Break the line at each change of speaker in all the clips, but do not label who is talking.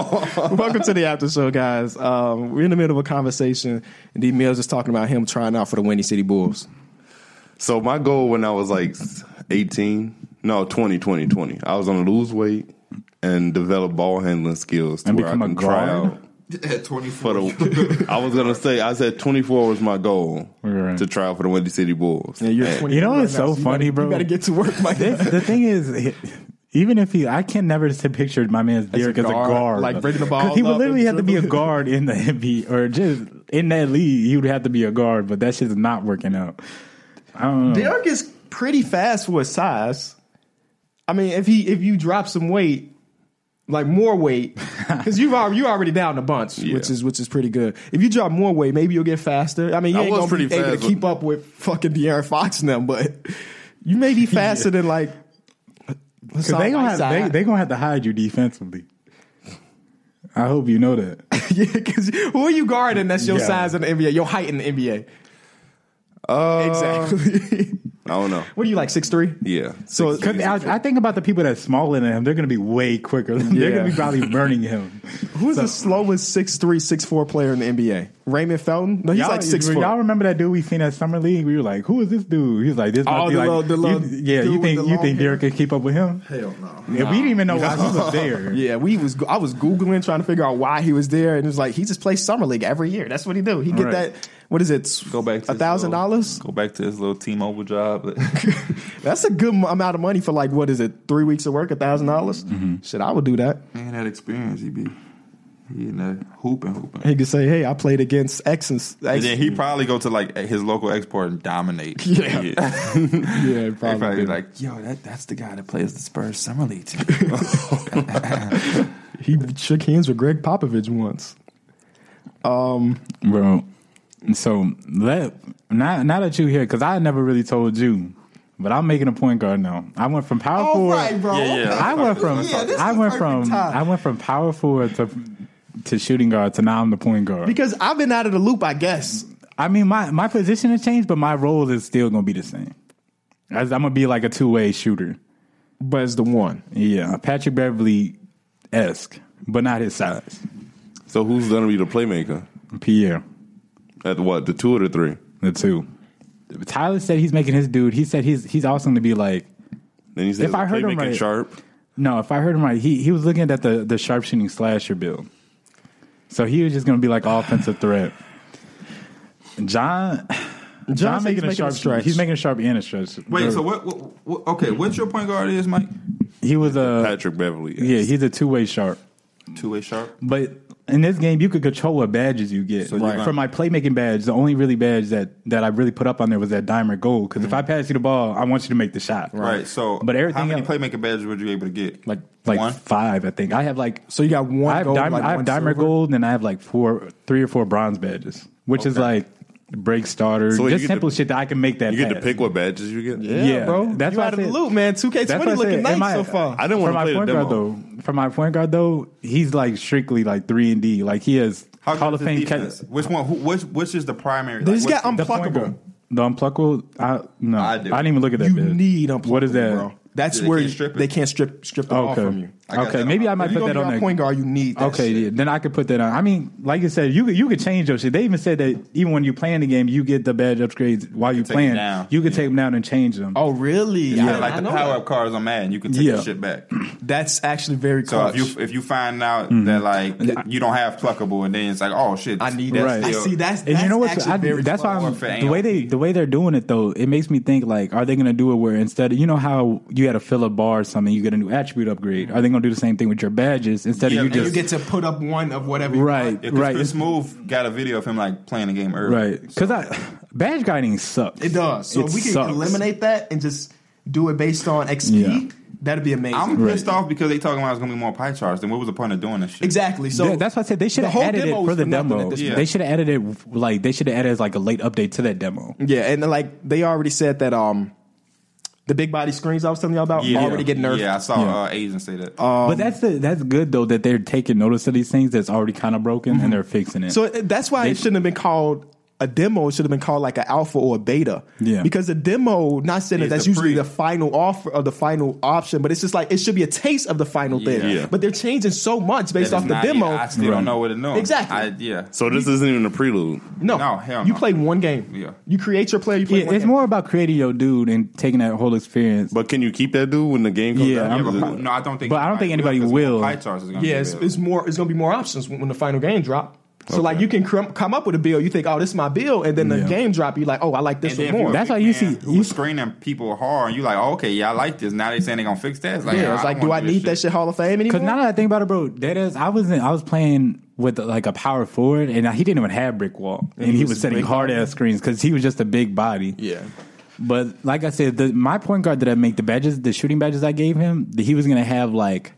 Welcome to the after show, guys. Um, we're in the middle of a conversation, and D Mills is talking about him trying out for the Windy City Bulls.
So my goal when I was like 18, no, 20, 20, 20, I was going to lose weight and develop ball handling skills to
And
where I
become a
can try
guard?
out
At 24.
for the. I was gonna say I said 24 was my goal
Right.
to try out for the Windy City Bulls.
And you're
And
20
You know
right
what's
now,
so
you
funny,
better-
bro?
You better get to work, my
The,
guy.
the thing is, he- even if he, I can never just picture my man's Derek as a
guard,
guard,
like bringing the ball
because he would
up
literally
and
have to be a
dribbling.
guard in the NBA or just in that league. He would have to be a guard, but that shit's not working out. I don't know.
Derek is pretty fast for his size. I mean, if he if you drop some weight, like more weight, because you are you already down a bunch, which
Yeah.
is which is pretty good. If you drop more weight, maybe you'll get faster. I mean, you
I
ain't
was
gonna
pretty
be able
fast
to
with-
keep up with fucking De'Aaron Fox and them, but you may be faster than like.
Because they gonna have, they, they gonna have to hide you defensively. I hope you know that.
yeah, because who are you guarding? That's your
Yeah.
size in the NBA, your height in the NBA.
uh,
Exactly.
I don't know.
what are you like six three?
Yeah,
So-
Six
Cause
feet.
I, I think about the people that's smaller than him. They're gonna be way quicker. They're gonna
Yeah.
be probably burning him.
Who's the slowest six three six four player in the NBA? Raymond Felton? No, he's
y'all,
like six foot.
Y'all remember that dude we seen at summer league? We were like, "Who is this dude?" He was like, "This." must
Oh,
be
the
like,
little- the little
you- yeah.
dude
You
with
think
the
you
long
think
hair?
Derek can keep up with him?
Hell no.
And we didn't even know why he was there.
Yeah, we was. I was googling trying to figure out why he was there, and it was like he just plays summer league every year. That's what he do. He get
Right.
that. What is it?
Go back to
a
his
thousand
little-
dollars.
Go back to his little T-Mobile job.
That's a good m- amount of money for like what is it? Three weeks of work, a thousand dollars. Shit, I would do that.
Man, that experience, he be he in there hooping, hooping.
He could say, "Hey, I played against X and X.
And then he probably go to like his local export and dominate.
Yeah. yeah,
They
probably.
probably
did.
like, yo, that, that's the guy that plays the Spurs summer league team.
he shook hands with Greg Popovich once.
bro. So let now now that you here, because I never really told you, but I'm making a point guard now. I went from power
All
forward.
Oh, right, bro.
Yeah, yeah.
I went from
Yeah, this
I
is
went
perfect
from
time.
I went from power forward to to shooting guard to now I'm the point guard.
Because I've been out of the loop, I guess.
I mean, my my position has changed, but my role is still gonna be the same. As I'm gonna be like a two way shooter.
But it's the one.
Yeah, Patrick Beverly esque, but not his size.
so who's gonna be the playmaker
Pierre,
at what the two or the three?
the two. Tyler said he's making his dude. He said he's he's also gonna be like
Then you said
If I heard him
playmaking
right-
sharp.
No, if I heard him right, he he was looking at the the sharpshooting slasher build. So he was just going to be like offensive threat. John, John,
John's
making, a
making
sharp
a stretch.
He's making a sharp and a stretch.
Wait, so what, what, what? Okay, what's your point guard is Mike?
he was a
Patrick Beverly.
yeah, he's a two way sharp.
Two way sharp.
But in this game, you could control what badges you get.
So you're gonna-
For my playmaking badge, the only really badge that that I really put up on there was that diamond gold. Because
Mm-hmm.
if I pass you the ball, I want you to make the shot.
Right. So,
but everything
how many
else-
playmaking badges were you able to get?
Like-
like
one.
five, I think I have like
So you got one
I have
gold,
diamond,
like
I have
one
diamond
silver?
gold, and I have like four, three or four bronze badges, which is like break starter,
So you
just
get
simple
to-
shit that I can make that.
You get to
pass.
pick what badges you get.
Yeah,
Yeah,
bro.
that's
you
why I
out of the
said-
loop, man. 2K20
That's what I
looking
said.
nice
Am I-
so far.
I didn't want to
for my
play the
point
demo.
guard though, for my point guard though, he's like strictly like three and D. Like he has
How
Hall of
good is his
Fame
defense?
catch.
Which one? Who, which which is the primary?
They just
what's
got
the-
The point
unpluckable.
guard. The unpluckable, I no,
I
I,
do.
didn't even look at that.
You
bid.
need unpluckable.
What is that?
Bro. That's
They
where
can't
you-
strip it.
they can't strip strip the ball
Okay,
from you.
I got
okay,
that
maybe
on.
I might
If you
put
gonna be
that on
our
there.
point guard, you need that
Okay,
shit.
yeah, then I could put that on. I mean, like you said, you could you could change your shit. They even said that even when you playing the game, you get the badge upgrades while you
take
playing.
them down.
You could take them down and change them.
Oh, really?
Yeah, like the
know
power
that.
up cards on Madden, you can take
Yeah.
the shit back.
That's actually very
So
clutch.
if you if you find out
Mm-hmm.
that like you don't have pluckable, and then it's like, oh shit,
I need that.
Right.
I see that's,
and
that's
you know what?
actually
I,
very
that's why
clutch.
I'm
if it ain't
the way
on
they the way they're doing it though. It makes me think like, are they going to do it where instead of you know how you had to fill a bar or something, you get a new attribute upgrade? Are they going to do the same thing with your badges instead
Yeah,
of you
and
and you
just
get to put up one of whatever you
right
want.
Yeah, 'cause
right
Chris
it's-
Move got a video of him like playing the game early.
right? Because I badge guiding sucks.
It does. So
It
if we can
sucks.
eliminate that and just do it based on XP,
Yeah.
that'd be amazing.
I'm pissed off because they talking about it's gonna be more pie charts. Then what was the point of doing this shit?
exactly. So
Yeah, that's why I said they should
the
have
whole
added it
demo is
for the
nothing
demo.
at this
Yeah.
They should have added it like they should have added it as like a late update to that demo.
Yeah, and uh, like they already said that um the big body screens I was telling y'all about already get nerfed.
Yeah, I saw
Yeah.
uh, Asian say that.
Um,
but that's the, that's good though
Mm-hmm. uh,
that they're taking notice of these things that's already kind of broken and they're fixing it.
So it- that's why it shouldn't have been called a demo should have been called like an alpha or a beta.
Yeah.
Because a demo, not saying that
Is
that's
the
usually
pre-
the final offer or the final option, but it's just like it should be a taste of the final thing.
Yeah.
But they're changing so much based
That
off
is
the
not-
demo.
I still
Right.
don't know what to know.
Exactly.
I, yeah.
So this isn't even a prelude.
no,
No, hell
you
no.
play one game.
Yeah.
You create your player. You play
Yeah,
one
it's
game.
more about creating your dude and taking that whole experience.
But can you keep that dude when the game comes
Yeah,
out?
I'm-
Yeah, but, no, I don't think.
But I don't think anybody
'cause
will.
Pie charts is gonna
Yeah,
be
it's,
available.
it's more. It's gonna be more options when when the final game drop. So like you can cr- come up with a bill. You think, oh, this is my bill, and then the
Yeah.
game drop. You like, oh, I like this
And then
one
if
more.
a
That's
big
how you
man
see-
Who
you-
was screening people hard, and you like, oh, okay, yeah, I like this. Now they saying they gonna fix that. It's like,
yeah, it's like, do I
wanna
need that shit Hall of Fame anymore?
Because now that I think about it, bro, that is I was in, I was playing with like a power forward, and he didn't even have brick wall, and, he,
he
was,
was
setting
big.
hard ass screens because he was just a big body. But like I said, the, my point guard that I make the badges, the shooting badges I gave him, that he was gonna have like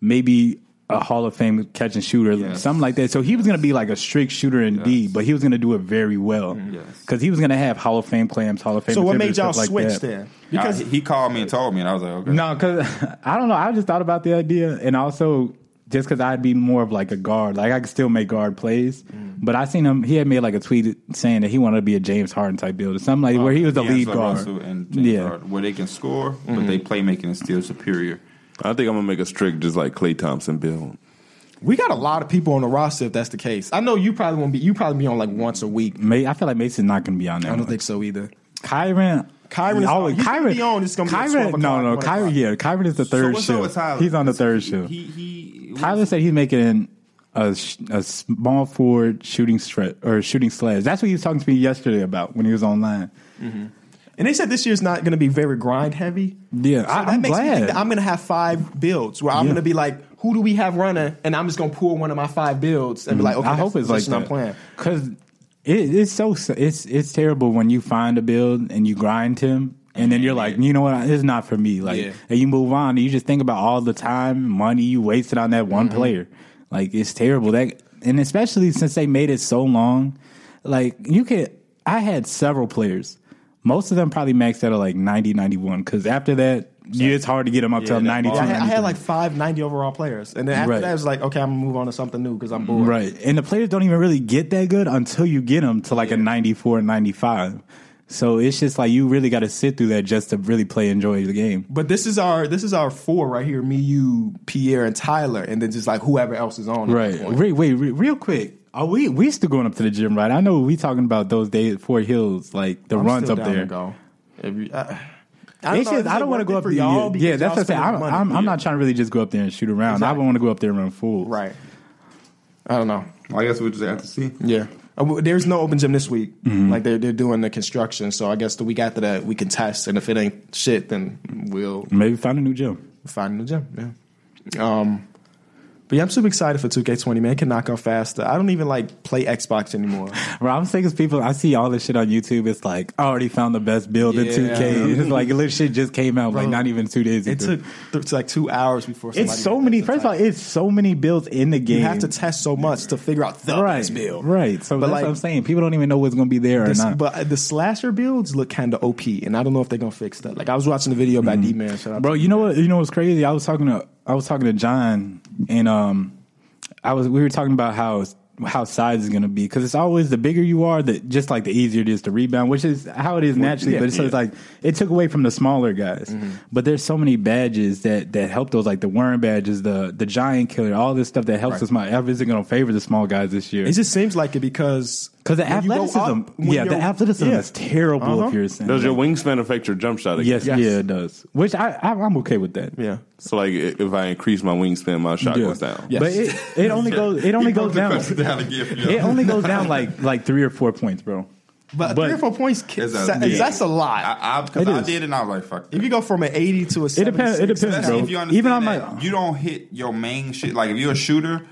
maybe a Hall of Fame catch and shooter,
Yes.
something like that. So he was gonna be like a strict shooter indeed, but he was gonna do it very well
Yes.
because he was gonna have Hall of Fame claims, Hall of Fame.
Mm-hmm. So what made
contributors,
y'all
stuff like
switch
that.
then?
Because
Because
he called me and told me, and I was like, okay.
No, because I don't know. I just thought about the idea, and also just because I'd be more of like a guard. Like I could still make guard plays,
Mm.
but I seen him. He had made like a tweet saying that he wanted to be a James Harden type build or something like where he was the lead
D'Angelo
guard.
Russell and James
Yeah. Mm-hmm.
Harden, where they can score, but they playmaking is still superior.
I think I'm gonna make a strict just like Clay Thompson build.
we got a lot of people on the roster. If that's the case, I know you probably won't be. You probably be on like once a week.
May, I feel like Mason's not going to be on there.
I don't think so either.
Kyron.
Kyron is-
always-
he's gonna
Kyron-
be on, it's gonna be at
Kyron-
12 o'clock,
No, no,
1 o'clock.
Kyron. Yeah, Kyron is the third
what's up
shift.
with Tyler?
He's on the third shift.
He he.
Tyler said he's making a sh- a small forward shooting stretch or shooting slash. That's what he was talking to me yesterday about when he was online.
And they said this year's not going to be very grind heavy.
Yeah, I- I'm
me
glad.
think that I'm going to have five builds where I'm
Yeah.
going to be like, who do we have running? And I'm just going to pull one of my five builds and be like, okay,
I
that's
hope
the
it's like
position
that.
I'm playing.
Cause it, it's so it's it's terrible when you find a build and you grind him, and then you're like, you know what, it's not for me. Like,
Mm-hmm. Yeah.
and you move on. And you just think about all the time, money you wasted on that
Mm-hmm.
one player. Like, it's terrible. That and especially since they made it so long, like you could. I had several players. Most of them probably maxed out at like 90, 91. Because after that, you, it's hard to get them up to
that
92.
ball.
Yeah, I, had, I
93.
had like five 90 overall players. And then after
Right.
that, it was like, okay, I'm going to move on to something new because I'm bored.
Right. And the players don't even really get that good until you get them to like a 94, 95. So it's just like you really got to sit through that just to really play, enjoy the game.
But this is our this is our four right here: me, you, Pierre, and Tyler, and then just like whoever else is on. at that point.
Wait, wait, re- real quick. Are we we still going up to the gym, right? I know we talking about those days at Fort Hills, like the
I'm
runs
still
up
down to
there.
go. If you- I, I
It's just- I don't want to go up there. Yeah, yeah, that's what I'm saying. I'm, I'm, I'm not trying to really just go up there and shoot around. I
Exactly.
want to go up there and run full.
right. I don't know.
I guess we just have to see.
Yeah. Uh, w- There's no open gym this week.
Mm-hmm.
Like they're they're doing the construction, so I guess the week after that we can test, and if it ain't shit, then we'll
Maybe find a new gym.
find a new gym. Yeah. Um, but yeah, I'm super excited for 2K20. Man, it can knock out faster. I don't even like play Xbox anymore.
Bro, I'm saying because people, I see all this shit on YouTube. It's like, I already found the best build in
Yeah.
2K. It's like, this shit just came out, like, not even two days ago.
It took it's like two hours before. somebody
It's so
got
many.
the
First of all,
title.
it's so many builds in the game.
you have to test so much to figure out the
right,
best build,
right. So
But
that's
like-
what I'm saying. People don't even know what's going to be there or
This-
not.
but the slasher builds look kind of OP, and I don't know if they're gonna fix that. Like I was watching the video by D Man,
Mm-hmm. Bro, you know what? You know what's crazy? I was talking to I was talking to John, and um, I was we were talking about how how size is going to be because it's always the bigger you are, that just like the easier it is to rebound, which is how it is naturally. but it's, so it's like it took away from the smaller guys.
Mm-hmm.
But there's so many badges that that help those, like the worm badges, the the giant killer, all this stuff that helps us. My is going to favor the small guys this year.
It just seems like it because
Because the
when you go
athleticism,
up, when
yeah, the
you're-
athleticism
yeah.
is terrible.
Uh-huh.
If you're saying,
Does your wingspan affect your jump shot? Again?
yes, yeah, it does. Which I, I, I'm okay with that.
Yeah,
So like, i- if I increase my wingspan, my shot
Yeah.
goes down.
Yes.
But it, it only goes it only goes down. It only goes down like like three or four points, bro.
but,
But-
three or four points ki-
It's a-
sa-
yeah.
that's a lot.
I, I, cause
It
I
is.
did, and I was like, "Fuck."
if you go from an eighty to a
It depends. It
76,
depends,
That's
bro.
if you understand
Even on
that,
my
you don't hit your main shit. Like if you're a shooter,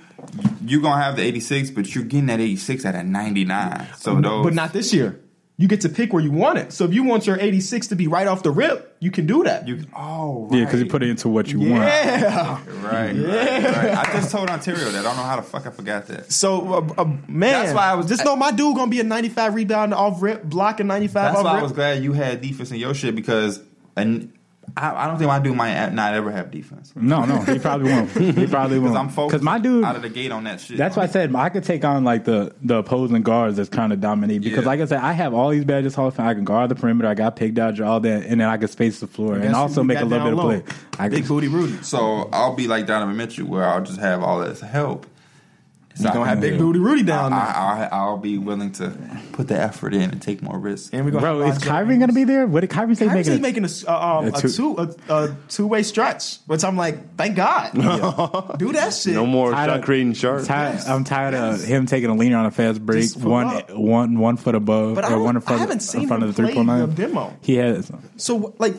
you're gonna have the 86, but you're getting that 86 at a 99. So those,
but not this year. You get to pick where you want it. So if you want your eighty six to be right off the rip, you can do that.
You, oh, right.
yeah, because you put it into what you want.
yeah.
Right, right, right. I just told Ontario that. I don't know how the fuck I forgot that.
So uh, uh, man,
That's why I was-
just know my dude gonna be a ninety five rebound off rip, blocking ninety five.
That's
off
why
rip.
I was glad you had defense in your shit because and I, I don't think my dude might not ever have defense.
No, no, he probably won't. He probably won't.
Because I'm focused
Because Mm. my dude,
out of the gate on that shit.
That's why I said I could take on like the the opposing guards that's trying to dominate because,
Yeah.
like I said, I have all these badges Hall of Fame. I can guard the perimeter, I got pick dodger, all that, and then I can space the floor and
got-
also
you
make a
got
little bit of
down
play. I
Big
can,
booty Rudy.
So I'll be like Donovan Mitchell, where I'll just have all this help. So I
Gonna have
can-
Big Booty Rudy
Um,
down there.
I, I, I'll be willing to put the effort in and take more risks.
And we gonna
bro,
have
is
Lonzo
Kyrie
Williams.
going to be there? What did Kyrie say?
Kyrie's
Making
just
a-
making a, s- uh, um,
A
a,
two-
two, a, a two way stretch, which I'm like, thank God, do that shit.
No more
Tired
shot
of-
creating sharks.
Tired, I'm tired of him taking a leaner on a fast break,
Just pull
one,
up.
one, one foot above,
But I
or
don't-
one in front,
I haven't
of-
seen
in front
him
of the three point
play
line.
the demo.
He has.
So like,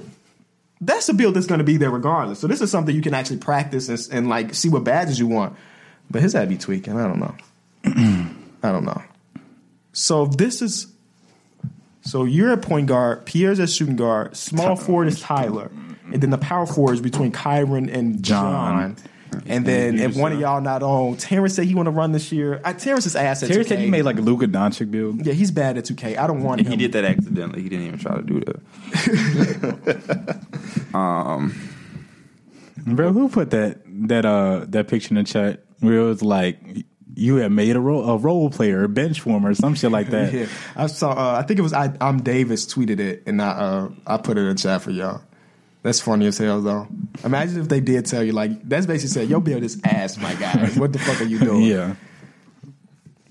that's a build that's going to be there regardless. So this is something you can actually practice and, and like see what badges you want. But his ad be tweaking. I don't know. I don't know. So this is. So you're at point guard. Pierre's at shooting guard. Small forward is Tyler, and then the power forward is between Kyron and
John.
John. And then if one of y'all not on, Terrence said he want to run this year. I, Terrence's ass. At
Terry said
2K.
he made like a Luka Doncic build.
Yeah, he's bad at 2K. I don't want
And
him.
he did that accidentally. He didn't even try to do that.
Bro, who put that that uh that picture in the chat where it was like you have made a role a role player, a bench warmer, or some shit like that.
Yeah, I saw. Uh, I think it was I, I'm Davis tweeted it, and I uh, I put it in chat for y'all. That's funny as hell, though. Imagine if they did tell you like that's basically saying yo build is ass, my guy. What the fuck are you doing?
Yeah.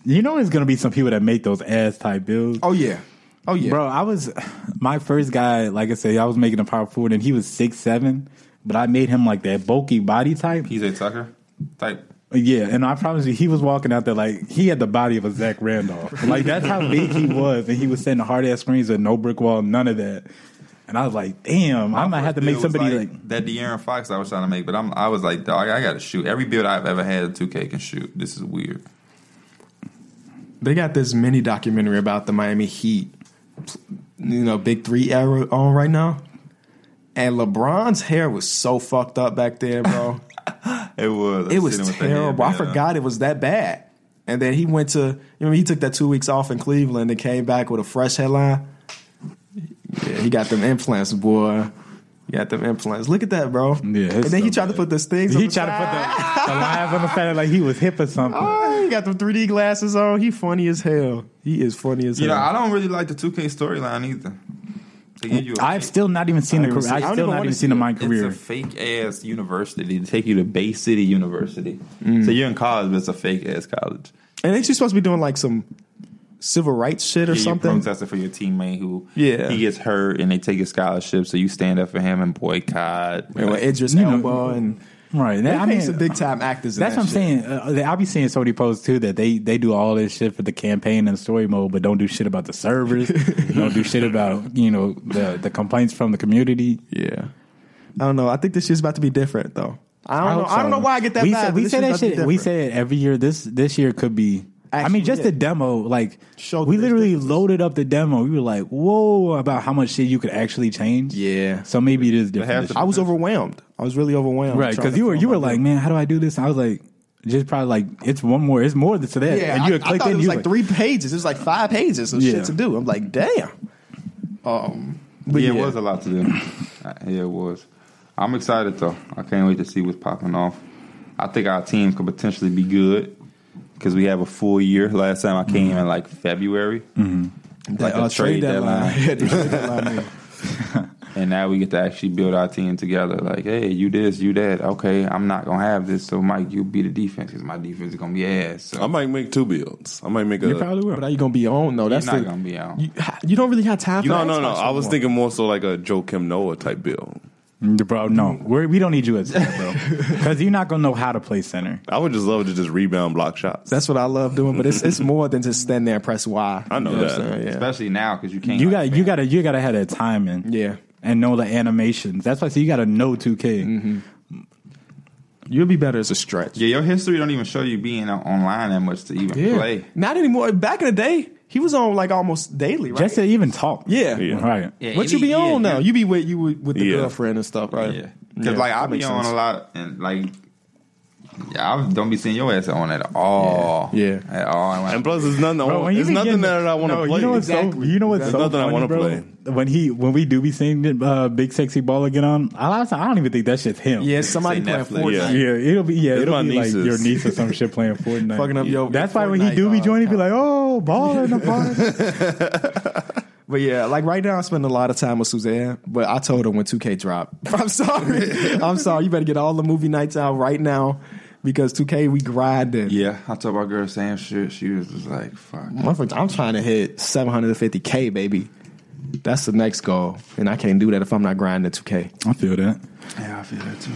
You know, there's gonna be some people that make those ass type builds.
Oh yeah. Oh yeah.
Bro, I was my first guy. Like I said, I was making a power forward, and he was six seven, but I made him like that bulky body type.
He's a Tucker type.
Yeah, and I promise you, he was walking out there like he had the body of a Zach Randolph. Like that's how big he was, and he was setting hard ass screens with no brick wall, none of that. And I was like, damn, I might have to make
It was
somebody like,
like, that. De'Aaron Fox, I was trying to make, but I'm, I was like, dog, I got to shoot. Every build I've ever had, two K can shoot. This is weird.
they got this mini documentary about the Miami Heat, you know, Big Three era on right now, and LeBron's hair was so fucked up back there, bro.
It was.
It was terrible.
uh,
I forgot it was that bad. And then he went to, you know, he took that two weeks off in Cleveland and came back with a fresh headline. Yeah, he got them implants, boy. He got them implants. Look at that, bro.
Yeah, it's
and then he
so
tried to
bad.
put those things.
he
on the
tried to put
side.
the, the lines on the side like he was hip or something.
Oh, he got them 3D glasses on. He funny as hell. He is funny as
You know,
hell.
I don't really like the two K storyline either. To give you a
I've still not even seen
I
a
don't
career.
even see- I don't
I've still
even
not
wanna
even
see
seen a
it.
my career.
It's a fake ass university. They take you to Bay City University. So you're in college, but it's a fake ass college.
and ain't you supposed to be doing like some civil rights shit or
Yeah,
something?
You're protesting for your teammate who
Yeah.
he gets hurt and they take his scholarship, so you stand up for him and boycott.
And with Idris
You know,
Elba and
right. That,
I
I mean,
some big time actors. in
that's
that
what I'm
shit.
saying. Uh, I'll be seeing so many posts too that they they do all this shit for the campaign and story mode, but don't do shit about the servers. don't do shit about you know the the complaints from the community.
Yeah. I don't know. I think this shit's about to be different though. I don't know.
hope
I don't
so.
know why I get that
We
vibe.
say,
but
we
this
say
shit's
that
about to be
shit. We
different.
say it every year. This this year could be. I
Actually,
mean, just
yeah.
the demo. Like
Show
we
the
literally
differences.
loaded up the demo. We were like, whoa, about how much shit you could actually change.
Yeah.
So maybe it is
half
different. this
the-
I was overwhelmed. I was really overwhelmed.
year. right?
trying
Because
to
you were
film
you were
my
like,
video.
man, how do I do this? I was like, just probably like it's one more. It's more than to that.
yeah.
and
I, I
you had clicked
thought
in,
it was
you
like
like-
three pages. It was like five pages of
Yeah.
shit to do. I'm like, damn. Um, but
yeah,
yeah,
it was a lot to do. Uh, yeah, it was. I'm excited though. I can't wait to see what's popping off. I think our team could potentially be good because we have a full year. Last time I came in like February, like
Mm-hmm. Uh,
a trade deadline.
Yeah, the trade deadline, yeah.
and now we get to actually build our team together. Like, hey, you this, you that. Okay, I'm not gonna have this. So Mike, you be the defense because my defense is gonna be ass. So
I might make two builds. I might make a.
You probably will.
But are you gonna be on though? That's
not
the-
gonna be on.
You, you don't really have time. for
no,
that
no, no.
Xbox
I was
anymore.
thinking more so like a Joe Kim Noah type build.
Mm, Bro, no, we're, we don't need you as center, bro, because you're not gonna know how to play center.
I would just love to just rebound block shots.
That's what I love doing. But it's it's more than just stand there and press Y.
I know
You what
that.
I'm saying? Yeah.
especially now because you can't.
You
like,
got you got to you got to have that timing.
Yeah.
and know the animations. That's why I say you got to know 2K.
You'll be better as a stretch.
Yeah, your history don't even show you being on- online that much to even play.
Not anymore. Back in the day, he was on like almost daily, right?
Just to even talk.
yeah.
Yeah.
Right.
Yeah,
What
it
you
be-
be on
yeah,
now?
you-
You be with you with, with the
Yeah.
girlfriend and stuff, right?
Yeah, because like I be on a lot and like Yeah, I don't be seeing your ass on at all.
Yeah.
at all. And when-
And plus, it's nothing. I
Bro,
want-
when you
it's
be
nothing
getting-
that I want to
no,
play.
You know what's
Exactly.
so, you know what's
There's
so
nothing I
funny,
wanna
bro?
play.
When he when we do be seeing uh, big sexy baller get on, a lot of times I don't even think that shit's him.
Yeah, somebody playing
Netflix.
Fortnite.
Yeah.
Yeah, it'll be yeah,
It's
it'll
my
be
nieces.
like your niece or some shit playing Fortnite.
Fucking up your-
That's
your
why when he
Fortnite,
do be
uh,
joining, he be like, "Oh, baller in the park."
But yeah, like right now, I spend a lot of time with Suzanne. But I told her when 2K dropped, I'm sorry, I'm sorry. You better get all the movie nights out right now because 2K we grinding.
yeah, I told my girl the same shit. She was just like, "Fuck."
Motherfucker, I'm trying to hit 750K, baby. That's the next goal, and I can't do that if I'm not grinding 2K.
I feel that.
Yeah, I feel that too.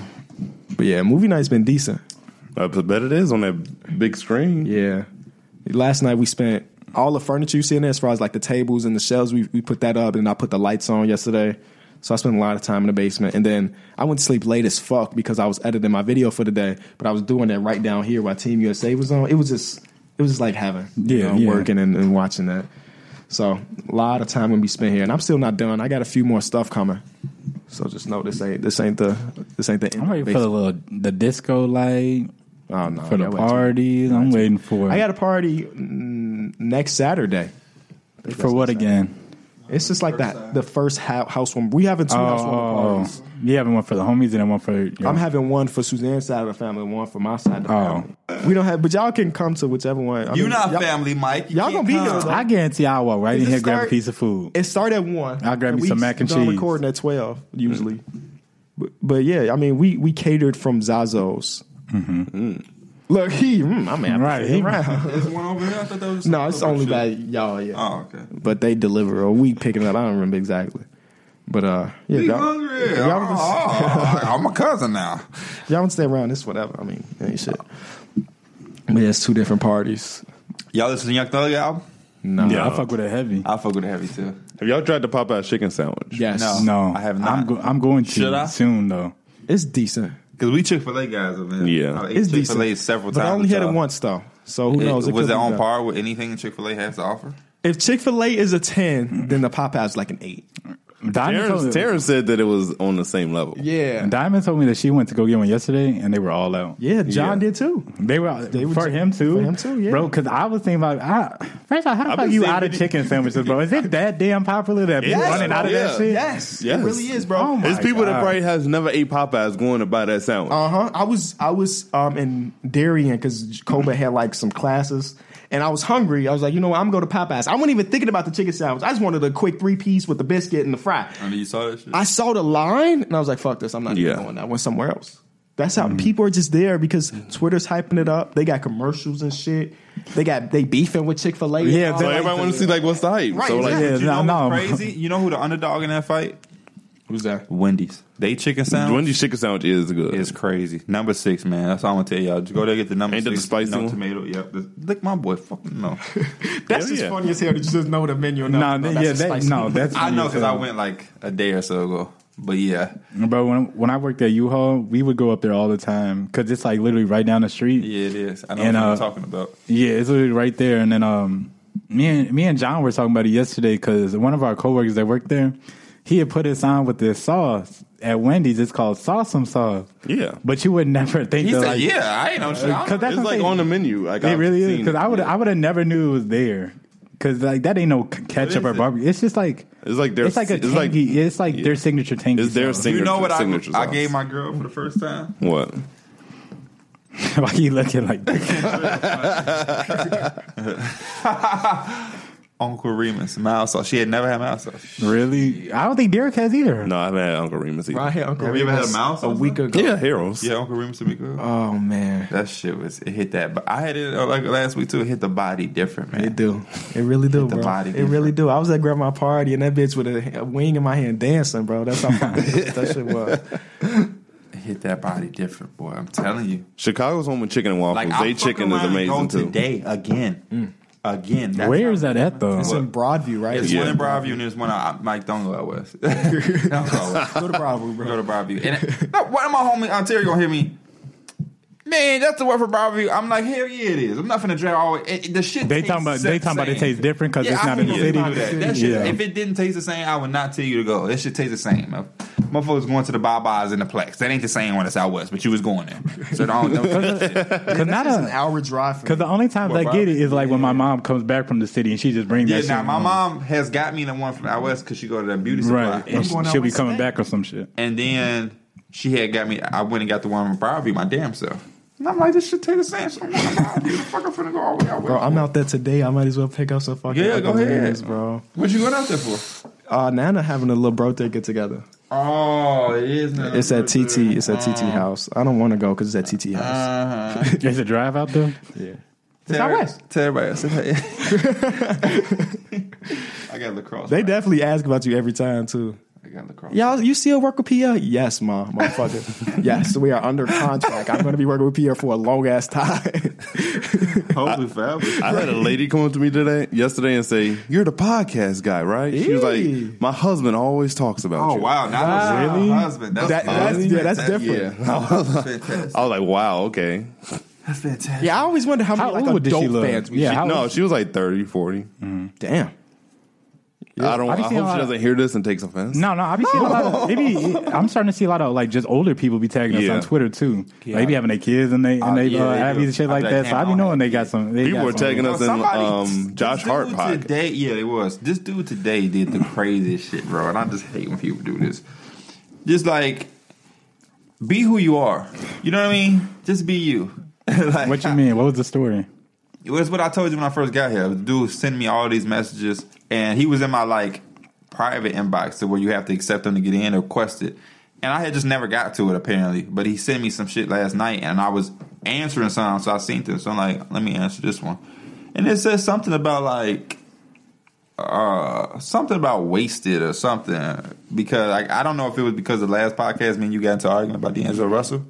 But yeah, movie night's been decent.
I bet Uh, it is on that big screen.
Yeah. Last night we spent all the furniture you see in there, as far as like the tables and the shelves, we, we put that up and I put the lights on yesterday. So I spent a lot of time in the basement. And then I went to sleep late as fuck because I was editing my video for the day, but I was doing that right down here while Team USA was on. It was just, it was just like heaven. you
Yeah,
know,
yeah.
Working and, and watching that. So a lot of time gonna be spent here. And I'm still not done. I got a few more stuff coming. So just know this ain't this ain't the this ain't the end.
I'm
of
waiting for the little the disco light
oh, no,
for
I
the
gotta wait till-
parties. I'm waiting for
I got a party mm, next Saturday.
for what again?
It's just like that. The first ha- housewarming. We having two housewarming
Oh,
parties.
you having one for the homies and then one for your,
I'm having one for Suzanne's side of the family, one for my side of the
Oh.
family. We don't have, but y'all can come to whichever one. I
You
mean,
not
y'all-
family, Mike. You
Y'all
can't
gonna be
come.
here. Though.
I guarantee I'll walk right
Is
in
it
here, grab a
start-
piece of food.
It started at one.
I'll grab
and
me
we
some mac and
done
cheese.
Recording at twelve usually, but, but yeah, I mean we we catered from Zazo's. Look, he, mm, I'm happy.
Mm-hmm. Right, he-
around.
There's one over here. I thought that was
no, it's
some
only
shit.
by y'all. Yeah,
Oh, okay.
but they deliver or we picking up. I don't remember exactly. But uh, yeah,
Be
y'all-
hungry.
y'all
Oh,
can-
I- I'm a cousin now.
Y'all don't stay around. It's whatever. I mean, ain't shit. But yeah, it's two different parties.
Y'all listen to Young Thug album?
No.
yeah, I fuck with a heavy.
I fuck with the heavy too.
Have y'all tried the Popeye chicken sandwich?
Yes.
No.
no,
I have
I'm,
not.
go- I'm going to
Should I?
soon though.
It's decent.
Because we Chick Fil A guys, man.
Yeah.
I ate
It's
Chick
decent.
Fil A several
but
times.
I only had it
y'all.
once though. So who knows?
It, was
could
it
be
on
better.
par with anything Chick Fil A has to offer?
If Chick Fil A is a ten, then the Popeye's like an eight.
Diamond told,
Terrence, Terrence said that it was on the same level.
Yeah.
Diamond told me that she went to go get one yesterday, and they were all out.
Yeah, John
Yeah.
did too.
They were,
were
for
ju-
him too.
for him too, yeah.
bro. Because I was thinking about, I, first of all, how the
I've
fuck
been
you
seeing
out of
video-
chicken sandwiches, bro? Is it that damn popular that people
Yes,
running out of
yeah.
that shit?
Yes.
Yes.
It really is, bro.
Oh, my
There's people that
God. Oh,
probably has never ate Popeyes going to buy that sandwich.
Uh huh. I was I was um in Darien because Kobe had like some classes, and I was hungry. I was like, you know what? I'm gonna go to Popeyes. I wasn't even thinking about the chicken sandwich. I just wanted a quick three piece with the biscuit and the fry.
I mean, you saw that shit.
I saw the line and I was like, fuck this. I'm not
Yeah.
going. I went somewhere else. That's how people are just there because Twitter's hyping it up. They got commercials and shit. They got they beefing with Chick Fil A.
Yeah,
so
like
everybody wants to see like what's the hype.
Right,
so like,
exactly.
Yeah,
But you
nah,
know
nah.
who's crazy? You know who the underdog in that fight?
who's that?
Wendy's. They chicken sandwich
Wendy's chicken sandwich is good.
is crazy. Number six, man. That's all I'm gonna tell y'all. Just go there, get the number
Ain't that the
six.
spicy
no
one?
tomato. Yep. The- Look, my boy. Fucking no.
That's
Hell
just
yeah.
funny as hell that you just know the menu. and
Nah,
nothing,
they-
bro.
yeah,
That's
that,
spicy.
no, that's
I know because I went like a day or so ago. But yeah,
Bro, when when I worked at U-Haul, we would go up there all the time because it's like literally right down the street.
yeah, it is. I know
And,
what
uh,
you're talking about.
Yeah, it's literally right there. And then um, me and me and John were talking about it yesterday because one of our coworkers that worked there, he had put us on with this sauce at Wendy's. It's called Sawsome sauce.
Yeah.
But you would never think
He
that,
said,
like, Uh,
"Yeah, I ain't no shit."
uh,
I
Cause
don't-
that's
it's
what
like
I'm
on the
saying.
menu. Like
It
I've
really is
seen
because
it.
I would I would have never knew it was there because like that ain't no k- ketchup or
What is it?
barbecue. It's just like
It's like their-
it's like a
it's
tangy.
like-
it's like
yeah.
their signature tangy.
It's their
sauce.
signature-
you know what I,
signature
I
sauce.
gave my girl for the first time?
what?
Why you looking like that?
Uncle Remus mild sauce. She had never had mild sauce.
really? I don't think Derek has either.
No, I haven't had Uncle Remus either.
I had Uncle
Have you ever had a
Remus
mouse
a
or
week ago?
Yeah, Harold's.
Yeah, Uncle Remus would be good.
Oh man,
that shit was it hit that. But I had it uh, like last week too. It hit the body different, man.
it do. It really do,
the
bro.
body
it
different.
really do. I was at grandma party and that bitch with a, a wing in my hand dancing, bro. That's how fun that shit was.
It hit that body different, boy. I'm telling you.
Chicago's home with chicken and waffles.
Like
they
I'm
chicken is amazing too.
Today again, again. That's
Where is
how-
that at though?
It's in Broadview, right?
There's
Yeah.
one in Broadview and there's one out. Mike, don't go out west. don't go out west.
Go to Broadview, bro.
Go to Broadview. And no, one of my homie Ontario gonna hear me. Man, that's the word for barbecue. I'm like, hell yeah, it is. I'm not finna drag all it, it- the shit.
They
tastes
talking about-
the
they talking about it
same.
tastes different 'cause it's
I
not in
wouldn't
the
do
city.
That. That shit,
Yeah.
if it didn't taste the same, I would not tell you to go. That shit tastes the same. Motherfuckers going to the Baba's and the Plex. That ain't the same one as I was, but you was going there. So don't. don't
Cause not
It's an
a,
hour drive for
Cause
me.
the only times
Well,
I get it
bro,
is like when my mom comes back from the city and she just brings
yeah,
that
now
shit.
my
home.
mom has got me the one from out west because she go to that beauty supply.
right?
I'm
And
going out
she'll be
west
coming
today.
back or some shit.
And then she had got me. I went and got the one from Barbie, my damn self. And I'm like, this shit tastes the same. So I'm like, the fuck, I'm finna go all the way out.
Bro,
west.
I'm out there today. I might as well pick up some fucking
Yeah, go
Uncle
ahead.
Lenny's, bro.
What you going out there for?
Uh, Nana having a little birthday get together.
Oh, it is. Now.
It's at TT. It's at TT house. I don't want to go because it's at TT house.
Uh-huh.
There's a drive out there.
yeah.
It's
out west.
Tell everybody else. I got lacrosse.
They definitely ask about you every time too.
I got lacrosse.
Y'all, you still work with PR? Yes, ma, motherfucker. yes, we are under contract. I'm going to be working with PR for a long ass time.
Hopefully forever.
I had a lady come up to me today, yesterday, and say, "You're the podcast guy, right?" She was
Eee.
like, "My husband always talks about
Oh
you."
wow! Now that's
Really?
my husband. That's,
That- that's-
fantastic.
yeah, that's different.
Yeah, I was
Fantastic.
like, "Wow, okay."
That's fantastic.
yeah, I always wonder how many
How
like
old did she
adult
look?
fans we
Yeah,
yeah,
how
no,
old-
she was like 30, 40.
Damn.
I don't.
I
I,
be
hope she
seeing a lot of-
doesn't hear this and takes offense.
No, no, I be seeing a lot of. It be, I'm starting to see a lot of like just older people be tagging us
Yeah.
on Twitter too. Like, they be having their kids and they and they,
yeah,
uh,
they do.
abbies and shit
I
like
bet
that. So I be
Cam
knowing
had
they got
kids.
some. They
People
got
were
some-
tagging us in
somebody-
um, Josh
this
Hart
dude
podcast.
Today, yeah, it was. This dude today did the craziest shit, bro. And I just hate when people do this. Just like, be who you are. You know what I mean? Just be you. like,
What you mean? What was the story?
It was what I told you when I first got here. The dude sent me all these messages, and he was in my like private inbox to where you have to accept them to get in or request it. And I had just never got to it apparently. But he sent me some shit last night, and I was answering some, so I seen them. So I'm like, let me answer this one. And it says something about like uh something about wasted or something because like I don't know if it was because the last podcast me and you got into an argument about D'Angelo Russell,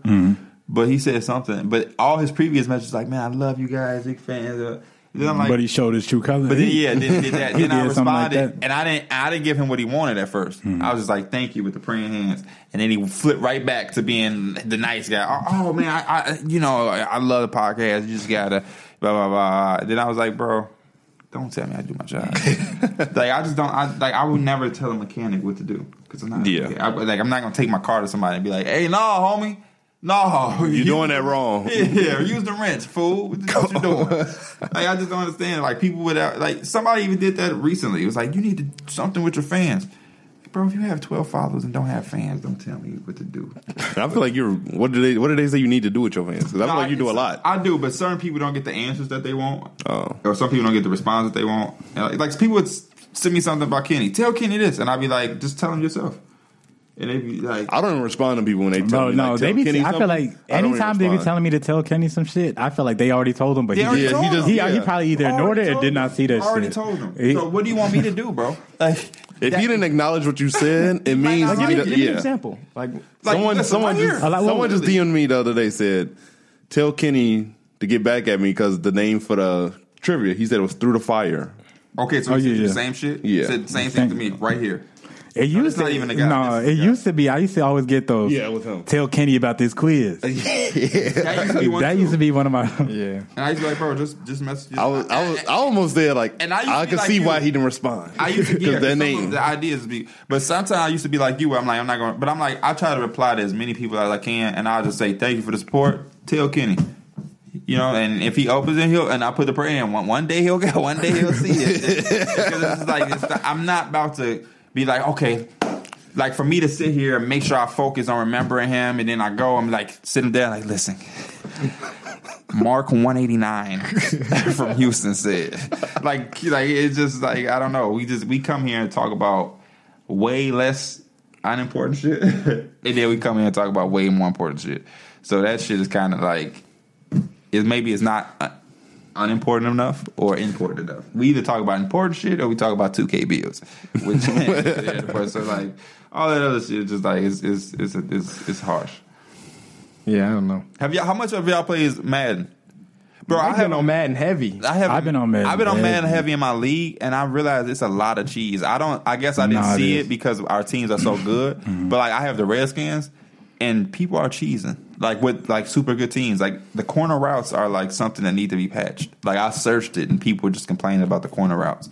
but he said something. But all his previous messages like, man, I love you guys, big fans. uh," Then I'm like,
but he showed his true colors.
but then yeah, then, did that,
He
then I
did something like
responded,
that. Hmm.
and I didn't I didn't give him what he wanted at 1st I was just like, "Thank you" with the praying hands, and then he flipped right back to being the nice guy. Oh, oh, man, I, I you know I I love the podcast. You just gotta blah blah blah. Then I was like, "Bro, don't tell me I do my job." like I just don't. I like I would never tell a mechanic what to do because I'm not.
Yeah.
I, like I'm not gonna take my car to somebody and be like, "Hey, no, homie, no,
You're doing that wrong.
yeah, use the wrench, fool. What the- what you doing? like, I just don't understand. Like, people without, like, somebody even did that recently. It was like, you need to do something with your fans. Like, Bro, if you have 12 followers and don't have fans, don't tell me what to do.
I feel like you're. What do they? What do they say you need to do with your fans? Because I feel like you do a lot.
I do, but certain people don't get the answers that they want.
Oh.
Or some people don't get the response that they want. And like, like, people would s- send me something about Kenny. Tell Kenny this. And I'd be like, just tell him yourself. And they'd be like,
I don't even respond to people when they tell
No,
me.
no,
like,
they
tell
be.
Kenny
I feel
something.
like
I don't even
anytime they be
respond.
telling me to tell Kenny some shit, I feel like they already told him, but he
They already
just,
told
he,
him.
he, he
Yeah.
probably either ignored it or did not see that
I already
shit.
told him.
He-
so what do you want me to do, bro?
Like,
If you didn't acknowledge what you said, it
might
means
not
he
like
do-
it.
give me an
yeah.
example. Like,
Like,
someone
listen,
someone
right
just
here.
someone just
Really.
DM'd me the other day said, "Tell Kenny to get back at me because the name for the trivia." He said it was through the fire.
Okay, so
Oh,
he
yeah,
said
yeah.
the same shit.
Yeah.
said the same thing to me right here.
It
No,
used
it's
to
not even a guy.
no,
It's a
it
guy.
used to be. I used to always get those.
Yeah, with him.
Tell Kenny about this quiz.
That used to be one.
that used to be one of my.
yeah.
and I used to be like, bro, just just message. Just,
I was I was I almost there like
And
and
I
I,
used to be
could
like
see
you.
why he didn't respond.
I used to get
'Cause that name.
the ideas be, but sometimes I used to be like you. Where I'm like, I'm not going, to but I'm like, I try to reply to as many people as I can, and I'll just say thank you for the support. Tell Kenny, you know, and if he opens it, he'll and I put the prayer in. One, one day he'll get, one day he'll see it. because it's like it's not, I'm not about to be like okay. Like for me to sit here and make sure I focus on remembering him, and then I go, I'm like sitting there, like listen, Mark 189 from Houston said. Like, like it's just like I don't know. We just we come here and talk about way less unimportant shit, and then we come here and talk about way more important shit. So that shit is kind of like is maybe it's not uh, unimportant enough or important enough. We either talk about important shit or we talk about 2K bills. Which so like all that other shit is just like it's it's it's it's, it's harsh.
Yeah, I don't know.
Have y'all? How much of y'all plays Madden? Bro, I
I've
have
been on Madden heavy.
I have
I've been on Madden
I've been on
heavy.
Madden heavy in my league, and I realize it's a lot of cheese. I don't. I guess I didn't
Nah, it
see
is.
it because our teams are so good. but like, I have the Redskins, and people are cheesing like with like super good teams. Like the corner routes are like something that need to be patched. Like I searched it and people were just complaining about the corner routes.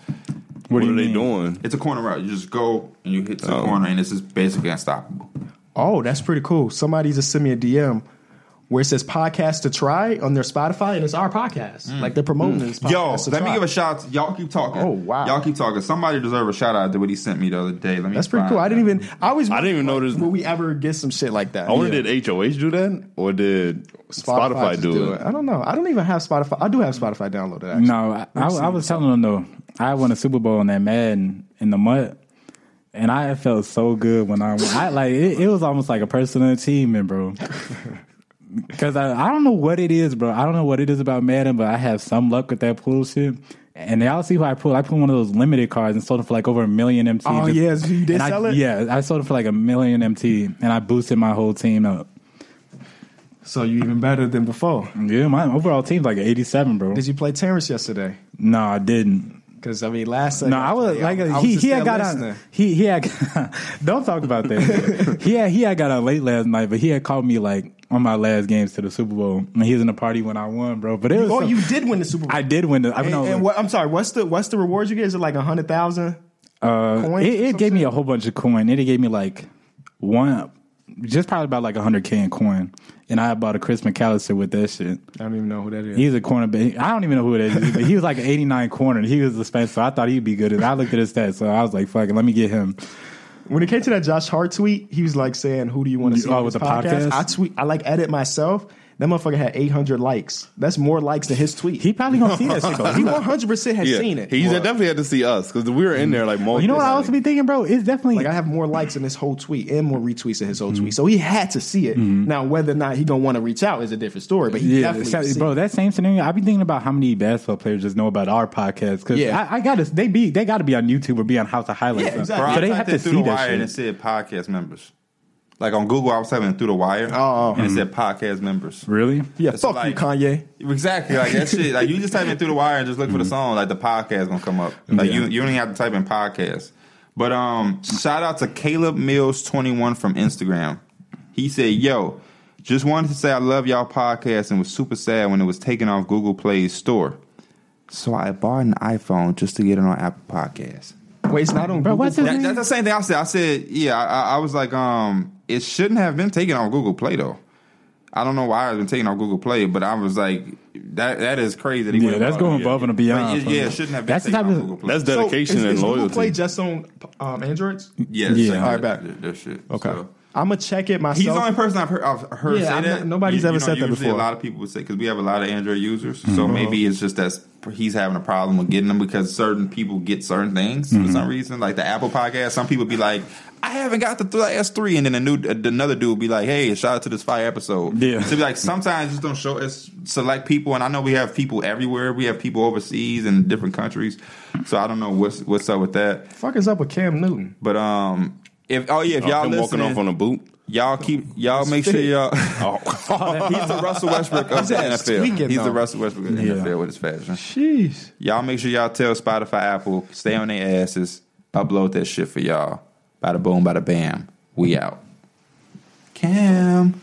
What,
do you
are they
mean?
doing?
It's a corner route. You just go and you hit the
Oh.
corner, and it's just basically unstoppable.
Oh, that's pretty cool. Somebody just sent me a DM where it says podcast to try on their Spotify, and it's our podcast. Like they're promoting this podcast.
Yo,
to
let me
Try.
give a shout. out. Y'all keep talking.
Oh, wow.
Y'all keep talking. Somebody deserve a shout out to what he sent me the other day. Let me.
That's pretty
find
cool. I didn't even. I always.
I didn't even notice.
Will we ever get some shit like that?
I wonder did HOH do that or did Spotify,
just
do, it?
I don't know. I don't even have Spotify. I do have Spotify downloaded. Actually.
No, I, I, I was telling them though, I won a Super Bowl in that Madden in the mud, and I felt so good when I, I like it, it was almost like a personal achievement, bro. Because I, I don't know what it is, bro. I don't know what it is about Madden, but I have some luck with that pool shit. And y'all see who I pulled? I pulled one of those limited cards and sold it for like over a million MT.
Oh, yeah, so you did
and I-
sell it?
Yeah, I sold it for like a million MT, and I boosted my whole team up.
So you even better than before.
Yeah, my overall team's like an eighty-seven, bro.
Did you play Terrence yesterday?
no, I didn't.
Because I mean, last
No, I was like he he had got on he he had don't talk about that. he had, he had got on late last night, but he had called me like on my last games to the Super Bowl, and he was in the party when I won, bro. But it was
Oh,
some-
you did win the Super Bowl.
I did win the. I
and,
know,
and what, I'm sorry. What's the what's the reward you get? Is it like a hundred thousand?
uh,
coins
it,
or
it gave me a whole bunch of coin. It gave me like one, just probably about like hundred k in coin, and I bought a Chris McAllister with that shit.
I don't even know who that is.
He's a cornerback. I don't even know who it is, but he was like an 89 corner. and He was the Spence, so I thought he'd be good. And I looked at his stats, so I was like, fuck it, let me get him.
When it came to that Josh Hart tweet, he was like saying, "Who do you want to see
Oh,
on
with
this
the podcast?
I tweet. I like edit myself. That motherfucker had 800 likes. That's more likes than his tweet.
He probably gonna see that shit. though.
He 100 percent has
Yeah,
seen it.
he definitely had to see us because we were in there like multiple.
You know what I also be thinking, bro? It's definitely
Like I have more likes in his whole tweet and more retweets in his
Mm-hmm.
whole tweet. So he had to see it. Now whether or not he gonna want to reach out is a different story. But he
yeah,
definitely
shout-
seen
bro.
it.
That same scenario. I've been thinking about how many basketball players just know about our podcast because
Yeah.
I, I got to they be they got to be on YouTube or be on House of Highlights.
Yeah, exactly.
Bro, I
So they
typed
have
it
to
through
see
the wire
that
and it
shit.
said podcast members. Like on Google, I was typing through the wire,
Oh.
and it said
Mm-hmm.
podcast members.
Really?
Yeah,
It's
fuck
like-
you, Kanye.
Exactly, like that shit. Like you just type in through the wire and just look for
Mm-hmm.
the song. Like the podcast gonna come up. Like you, you don't even have to type in podcast. But um, shout out to Caleb Mills twenty one from Instagram. He said, "Yo, just wanted to say I love y'all podcast and was super sad when it was taken off Google Play's store. So I bought an iPhone just to get it on Apple Podcasts."
Wait, it's not on.
Bro,
Google
what's his
Play?
That,
name?
that's the same thing I said. I said, yeah, I, I- I was like, um, it shouldn't have been taken on Google Play though. I don't know why it's been taken on Google Play, but I was like, that that is crazy. That he
Yeah,
went
that's
about it.
going above and
But
beyond.
it- yeah, it shouldn't have been
That's the
taken
type
on
of-
Google Play.
That's dedication
so is,
and
is
loyalty.
Google Play just on um, Androids?
yes.
Yeah. All
right, back.
That, that shit.
Okay,
So-
I'm gonna check it myself.
He's the only person I've heard, I've heard
Yeah,
say
I've
that.
not- nobody's ever said that
usually
before. Mm-hmm.
A lot of people would say because we have a lot of Android users, so maybe it's just that he's having a problem with getting them because certain people get certain things for
Mm-hmm.
some reason. Like the Apple Podcast, some people be like, "I haven't got the th- S three, and then a new another dude be like, "Hey, shout out to this fire episode."
Yeah.
so be like sometimes just don't show us select people, and I know we have people everywhere. We have people overseas and different countries, so I don't know what's what's up with that.
fuck is up with Cam Newton.
But um, if oh yeah, if y'all
him walking
listening-
off on a boot.
Y'all keep y'all make sure y'all.
Oh.
he's the Russell Westbrook of the
That's
NFL.
tweaking,
he's the
though.
Russell Westbrook of the NFL with his fashion.
Jeez.
Y'all make sure y'all tell Spotify, Apple, stay on their asses, upload that shit for y'all. Bada boom, bada bam. We out. Cam.